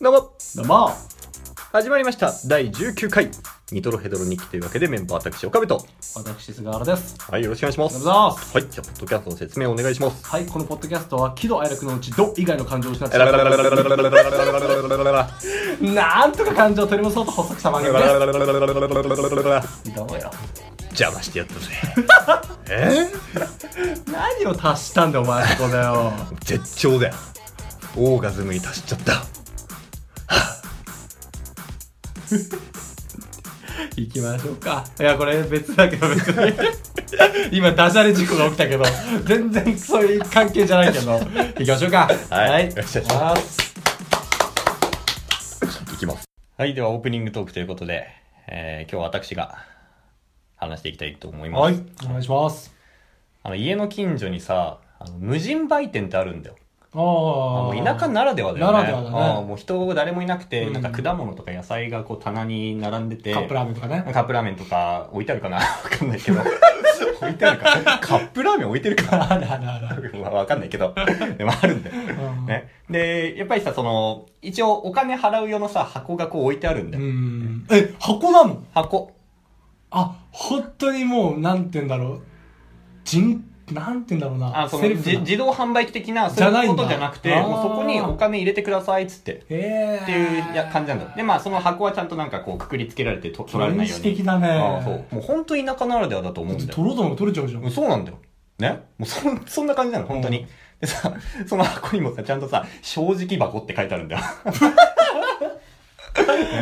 どうもどうも始まりました第19回ニトロヘドロ日記というわけでメンバー私岡部と私菅原ですはいよろしくお願いしまおはようすございますはいじゃあポッドキャストの説明お願いしますはいこのポッドキャストは喜怒哀楽のうち「ど」以外の感情を失ってえしらまらららららららららららっらららららたなんとか感情を取り戻そうと細木様にですどうよ邪魔してやったぜえ何を足したんだよお前そこだよー 絶頂だよオーガズムに達しちゃった行きましょうかいやこれ別だけど別に 今ダジャレ事故が起きたけど全然そういう関係じゃないけど行きましょうかはいはい、よしよしあいきますはいではオープニングトークということで、えー今日は私が話していきたいと思います、はいお願いしますあの家の近所にさあの無人売店ってあるんだよああもうあ田舎ならではだよねならではだねあもう人が誰もいなくて、うんなんか果物とか野菜がこう棚に並んでてカップラーメンとかねカップラーメンとか置いてあるかな わかんない けど置いてあるかカップラーメン置いてるかあららら まあわかんないけ ど。でもあるんだよ。うんね。で、やっぱりさ、その、一応お金払う用のさ、箱がこう置いてあるんだうよ。んえ箱なの箱。あ、本当にもう、なんて言うんだろう。人、なんて言うんだろうな。あ、その、セルじフな自動販売機的な、じそゃうないいんうだことじゃなくて、あーもうそこにお金入れてください、っつって。へー。っていうや感じなんだよ。で、まあ、その箱はちゃんとなんかこう、くくりつけられてと取られないように。原始的だねああそう。もう本当田舎ならではだと思うんだよ。取ろうと思えば取れちゃうじゃん。うんそうなんだよ。ねもうそん、そんな感じなの、本当に。でさ、その箱にもさ、ちゃんとさ、正直箱って書いてあるんだよ。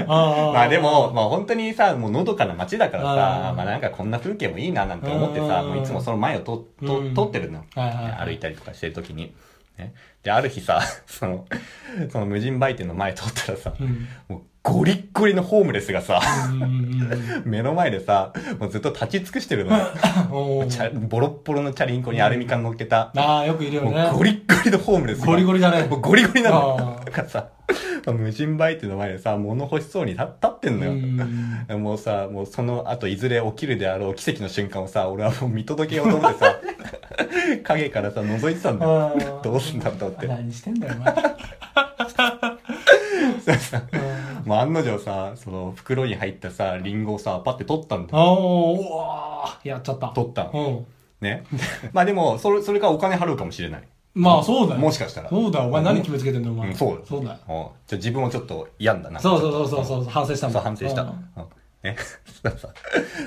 あまあで、も、まあ本当にさ、もうのどかな街だからさあ、ーまあなんかこんな風景もいいななんて思ってさ、うんもういつもその前をと、うと、ん撮ってるの。はいはいはい歩いたりとかしてる時に。ね、で、ある日さ、 その、その無人売店の前通ったらさ、うん。もうゴリッゴリのホームレスがさ、うんうん うん目の前でさ、もうずっと立ち尽くしてるのよ。おーチャボロッボロのチャリンコにアルミ缶乗っけた、ああ、よくいるよもうゴね。リッゴリのホームレスがゴリゴリだねもうゴリゴリなのよあ。ーだからさ、無人売店の前でさ、物欲しそうに立立ってんのよ。うんもうさ、もうその後いずれ起きるであろう奇跡の瞬間をさ、俺はもう見届けようと思って さ、影からさ、覗いてたんだよ。あ どうすんだろうと思っーて。何してんだよ、お前。 もう案の定さ、その袋に入ったさ、リンゴをさ、パッて取ったんだよ。あおーうわーやっちゃった。取った。うん。ね。まあでも、それ、それからお金払うかもしれない。まあ、そうだよ。もしかしたら。そうだよ、お前何決めつけてんだよ、おう前。ん、そうだよ。そうだよ。よ。じゃあ自分もちょっと病んだな。そうそうそうそうそう、反省したもんそう反省した。ううんんね、 そしたらさ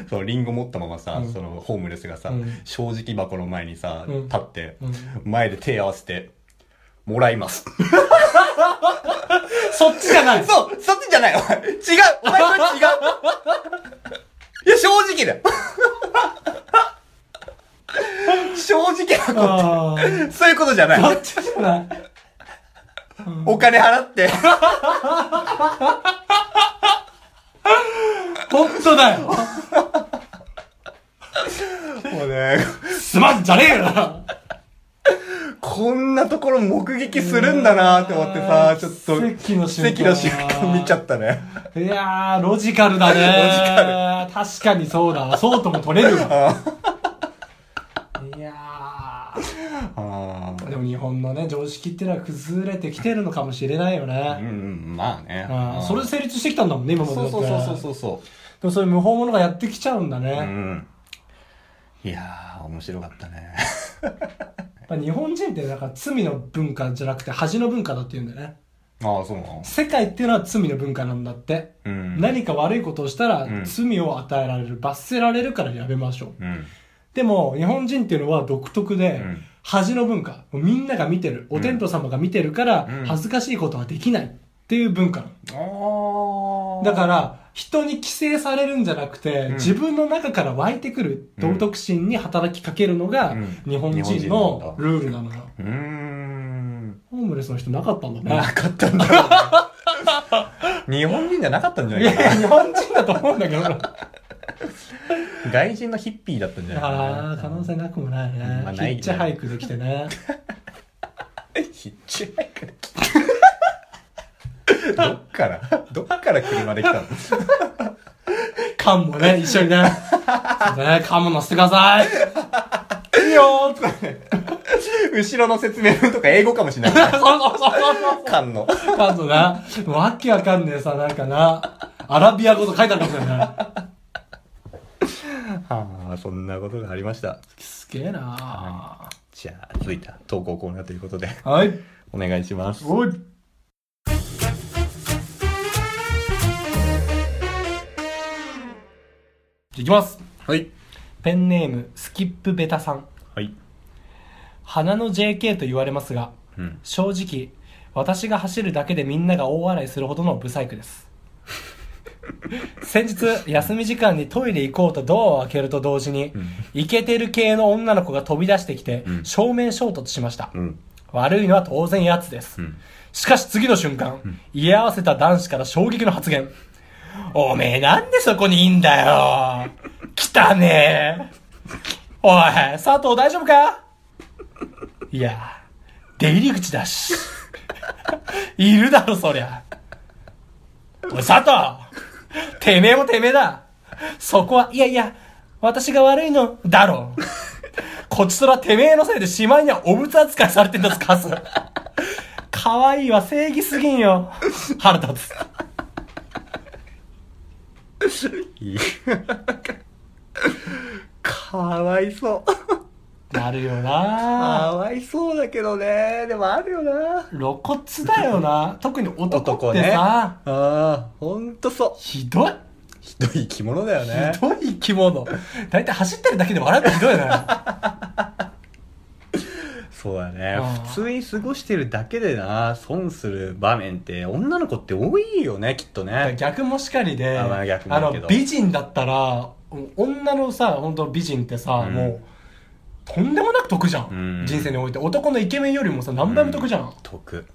そのリンゴ持ったままさ、うんそのホームレスがさ、うん正直箱の前にさ、うん立って、うん前で手合わせて、もらいます。そっちじゃない そうそっちじゃないお前違うお前それ違ういや、正直だよ 正直箱ああ。そういうことじゃないどっちじゃないお金払って、本当だよもうね、すまんじゃねえよこんなところ目撃するんだなって思ってさ、ちょっと、奇跡の瞬間奇跡の瞬間見ちゃったね。いやー、ロジカルだねロジカル。確かにそうだわ。そうとも取れるわ。いやあー。でも日本のね、常識っていうのは崩れてきてるのかもしれないよあ。うね。ん、まあね。ああーーそれ成立してきたんだもんね、今までだそっうて。そうそうそうそうそでもそういう無法者がやってきちゃうんだう。うね。ん。いやー、面白かったね。やっぱ日本人ってなんか罪の文化じゃなくて恥の文化だって言うんだよね。ああ、そうなの世界っていうのは罪の文化なんだって。うん。何か悪いことをしたらうん罪を与えられる、罰せられるからやめましょううん。でも日本人っていうのは独特で、うん恥の文化みんなが見てるお天道様が見てるから、うん恥ずかしいことはできないっていう文化なのああ。だか、ら人に規制されるんじゃなくて、うん自分の中から湧いてくる道徳心に働きかけるのが、うん日本日本人人なんのだルールなのようーん。ホームレスの人なかったんだねなかったんだろう。日本人じゃなかったんじゃいないかや日本人だと思うんだけどあな。外人のヒッピーだったんじゃないあーか可な。能性なくもないね、まあないヒッチハイクできてねヒッチハイクで来た。ど っから、どっから車で来たのカンもね、一緒に ね。そうね、カンも乗せてください。いいよーって。。後ろの説明文とか英語かもしれないそうそうそうそう。缶の。カントな。わけわかんねえさ、なんかな。アラビア語と書いてあるかもしれない。はあ、そんなことがありました。すげえなじゃあ、続いては投稿コーナーということで、はい。お願いします。おい。じゃあいきます。はい。ペンネーム、スキップベタさん。はい。花の JK と言われますが、うん。正直、私が走るだけでみんなが大笑いするほどのブサイ クです。先日、休み時間にトイレ行こうとドアを開けると同時にん、イケてる系の女の子が飛び出してきてう、ん正面衝突しました。うん。悪いのは当然やつです。うん。しかし次の瞬間、居合わせた男子から衝撃の発言。おめえなんでそこにいんだよ。汚ねえ。おい、佐藤大丈夫かいや、出入り口だし。いるだろ、そりゃ。おい、佐藤てめえもてめえだそこは、いやいや、私が悪いの、だろ。こちとらてめえのせいでしまいにはお物扱いされてんだぞ、カス。可愛いは正義すぎんよ。腹立つ。いい。かわいそう。なるよなかわいそうだけどね。でもあるよな。露骨だよな特に男っ男てね。さ、ああ、ほんとそひどい。う。ひどい生き物だよねひ。どい生き物。だいたい走ってるだけで笑うってひどいよな。そうだねうん。普通に過ごしてるだけでな、損する場面って、女の子って多いよね、きっとね。逆もしかりで、あまあ逆もあだけどの、美人だったら、女のさ、本当美人ってさ、うんもう、とんでもなく得じゃん。うん人生において。男のイケメンよりもさ、何倍も得じゃん。だか得。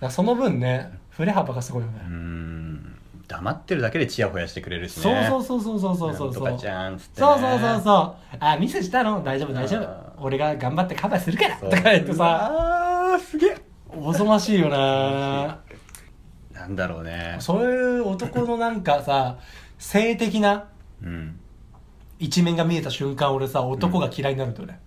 らその分ね、振れ幅がすごいよね。うん。黙ってるだけでチヤホヤしてくれるしね。そうそうそうそうそうそうとそう。かちゃんっつってね。そうそうそうそう。あ、ミスしたの大丈夫大丈あ夫。俺が頑張ってカバーするからそとうか言ってさ、あーすげえおぞましいよななんだろうねそういう男のなんかさ、性的なうん一面が見えた瞬間俺さ、男が嫌いになるんだよね。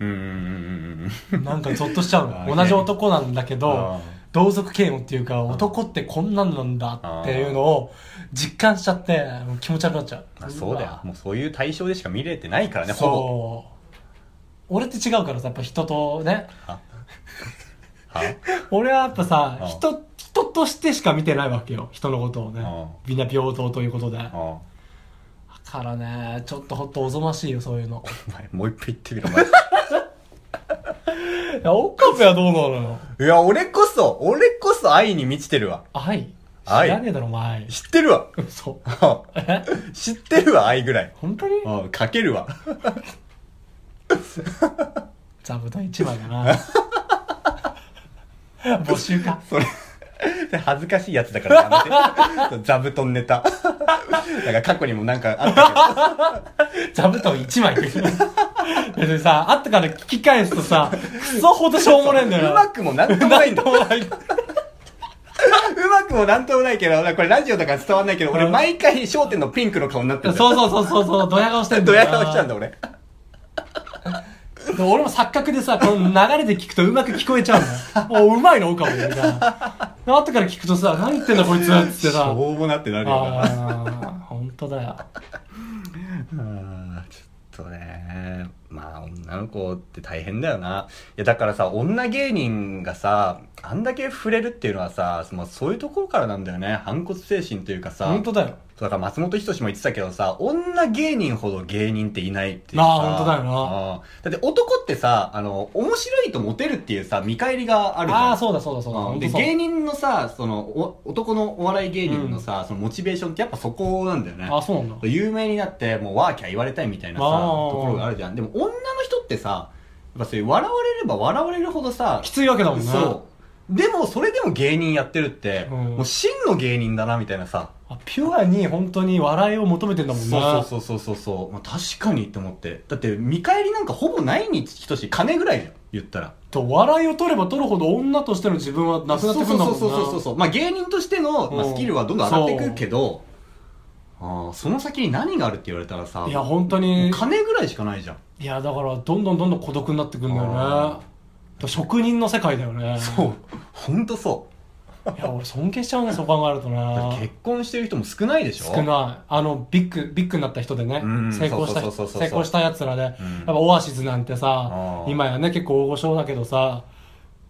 うんうんうんうんうんなんかゾッとしちゃう あーの。同じ男なんだけあどー、同族嫌悪っていうか、男ってこんなんなんだっていうのを実感しちゃって、もう気持ち悪くなっちゃう。 まあそうだわよもうそういう対象でしか見れてないからねほぼそう。俺って違うからさ、やっぱ人と ね、は俺はやっぱさうん人人としてしか見てないわけよ人のことをねうみんな平等ということでだあからねちょっとほんとおぞましいよそういうのお前もう一回言ってみろお前 いや岡部はどうなのよいや俺こそ俺こそ愛に満ちてるわ愛知愛らねえだろお前知ってるわそうえ 知ってるわ愛ぐらい本当にうんかけるわ座布団一枚だ な募集かそれ恥ずかしいやつだからや めて座布団ネタなんか過去にもなんかあったけど座布団一 枚別にさ後から聞き返すとさクソほどしょうもねえんだようなまくもなんともないんだ。うなんともないうまくもなんともないけど、これラジオだから伝わんないけど、俺うん毎回焦点のピンクの顔になってそうるんだよ。そうそうそうそうドヤ顔してんだドよヤな顔しちゃうんだ俺。で俺も錯覚でさ、この流れで聞くとうまく聞こえちゃうのよ。お、うまいの岡本みたいな。後から聞くとさ、何言ってんだこいつっつってしさ。ょうもなってなるよな。ああ、本当だよ。あーちょっとね、まあ女の子って大変だよな。いやだからさ、女芸人がさ、あんだけ触れるっていうのはさ、まあ、そういうところからなんだよね。反骨精神というかさ。本当だよ。だから松本人志も言ってたけどさ、女芸人ほど芸人っていないっていうさ。ああ本当だよなああ。だって男ってさ、あの、面白いとモテるっていうさ、見返りがあるじゃん。ああ、そうだそうだそうだ。うん本で当そう芸人のさそのお男のお笑い芸人のさ、そのモチベーションってやっぱそこなんだよねあそうなんだ。有名になってもうワーキャー言われたいみたいなさあとーころがあるじゃんでも女の人ってさやっぱそういう笑われれば笑われるほどさきついわけだもんね。そうでもそれでも芸人やってるって、うんもう真の芸人だなみたいなさ、あピュアに本当に笑いを求めてんだもんね。そうそうそうそうそう、まあ、確かにって思ってだって見返りなんかほぼないに等しい金ぐらいじゃん言ったらと笑いを取れば取るほど女としての自分はなくなってくんだもんな。そうそうそうそうそうまあ芸人としての、まあ、うんスキルはどんどん上がっていくけどあーその先に何があるって言われたらさいや、本当もうに。金ぐらいしかないじゃんいや、だから、どんどんどんどん孤独になってくんだよねあ。ら職人の世界だよね。そうほんとそういや、俺尊敬しちゃうね、そう考えるとだっねて。結婚してる人も少ないでしょ少ない。あの、ビッグ、ビッグになった人でねうん、成功した人、そうそうそうそうそう成功した奴らで、やっうんぱオアシズなんてさあ、ー今やね、結構大御所だけどさ、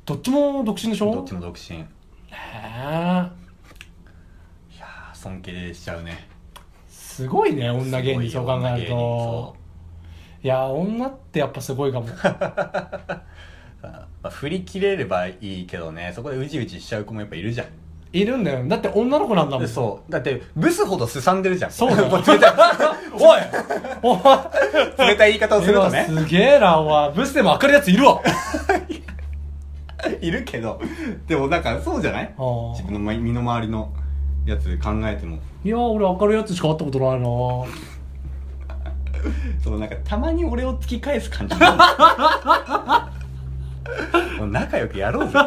どっちも独身でしどっょちも独身いねえ。やー尊敬しちゃうねすごいね、女芸人、すそごうい考女え芸る人とそ。いや、女ってやっぱすごいかも。うさあまあ振り切れればいいけどねそこでうじうじしちゃう子もやっぱいるじゃんいるんだよ。だって女の子なんだもでん。そうだってブスほどすさんでるじゃんそうだよ も冷たい おいお冷たい言い方をいするとうねわすげえな、お前。ブスでも明るいやついるわ。いるけどでもなんかそうじゃないあー自分の身の回りのやつ考えてもいや俺明るいやつしか会ったことないなそのなんかたまに俺を突き返す感じも う仲良くやろうぜ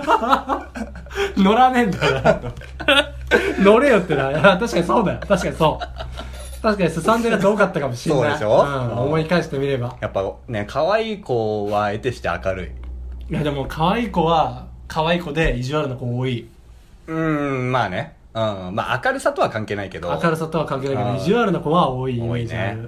乗らねえんだよな乗れよってな確かにそうだよ確かにそう確かにすさんでるやつ多かったかもしれないそうでしょん、思い返してみればやっぱね可愛い子は得てして明るいいやでも可愛い子は可愛い子で意地悪な子多いうーんまあねうんまあ明るさとは関係ないけど明るさとは関係ないけあーど意地悪な子は多いイメ多ーいジあねる、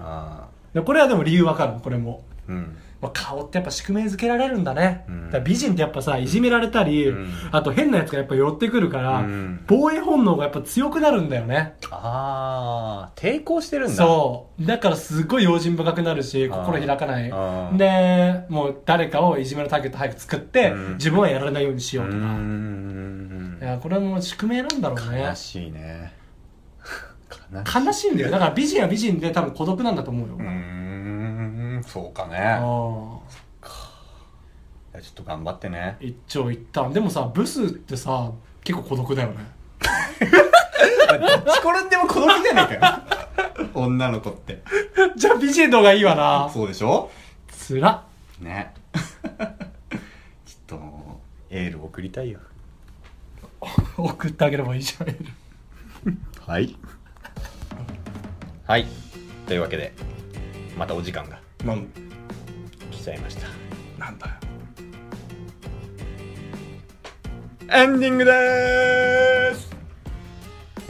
でこれはでも理由わかるこれもうんまあ顔ってやっぱ宿命づけられるんだね、うんだから美人ってやっぱさいじめられたり、うんあと変なやつがやっぱ寄ってくるから、うん防衛本能がやっぱ強くなるんだよねああ抵抗してるんだそう。だからすごい用心深くなるし、あー心開かないあ。ーで、もう誰かをいじめのターゲット早く作って、うん自分はやられないようにしうようとか。んいや、これはもう宿命なんだろうね悲。しいね悲しい悲しいんだよ。だから美人は美人で多分孤独なんだと思うよ。うーんそうかあねーいやちょっと頑張ってね 一長一短。でもさ、ブスってさ、結構孤独だよね。 これでも孤独じゃねえかよ女の子ってじゃあ美人の方がいいわな。そうでしょつら。ねちょっとエール送りたいよ送ってあげればいいじゃん。はいはいというわけでまたお時間がなん、来ちゃいましたなんだよ。エンディングでーす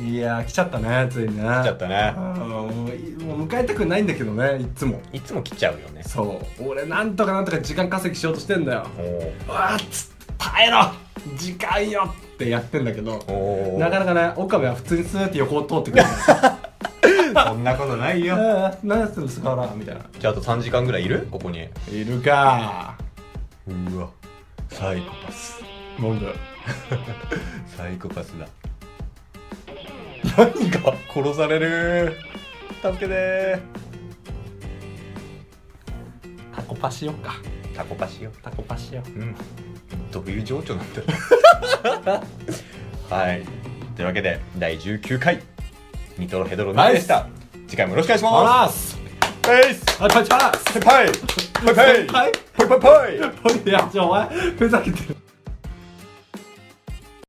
いやー来ちゃったねついにね来ちゃったねもうもう迎えたくないんだけどねいつもいつも来ちゃうよねそう俺なんとかなんとか時間稼ぎしようとしてんだよおーうわーっつ耐えろ時間よってやってんだけどおなかなかね岡部は普通にスーって横を通ってくる かそんなことないよあ何やってんの菅原みたいなじゃああと3時間ぐらいいるここにいるかうわサイコパスーなんだよサイコパスだ何が殺される助けてタコパしようかタコパしよタコパしようううんどういう情緒なんだろ うはいというわけで第19回ニトロヘドロナイでした次回もよろしくお願いしあまらすすペースあらす先輩先輩はいぽいぽいぽいほいでいやちょお前ふざけてる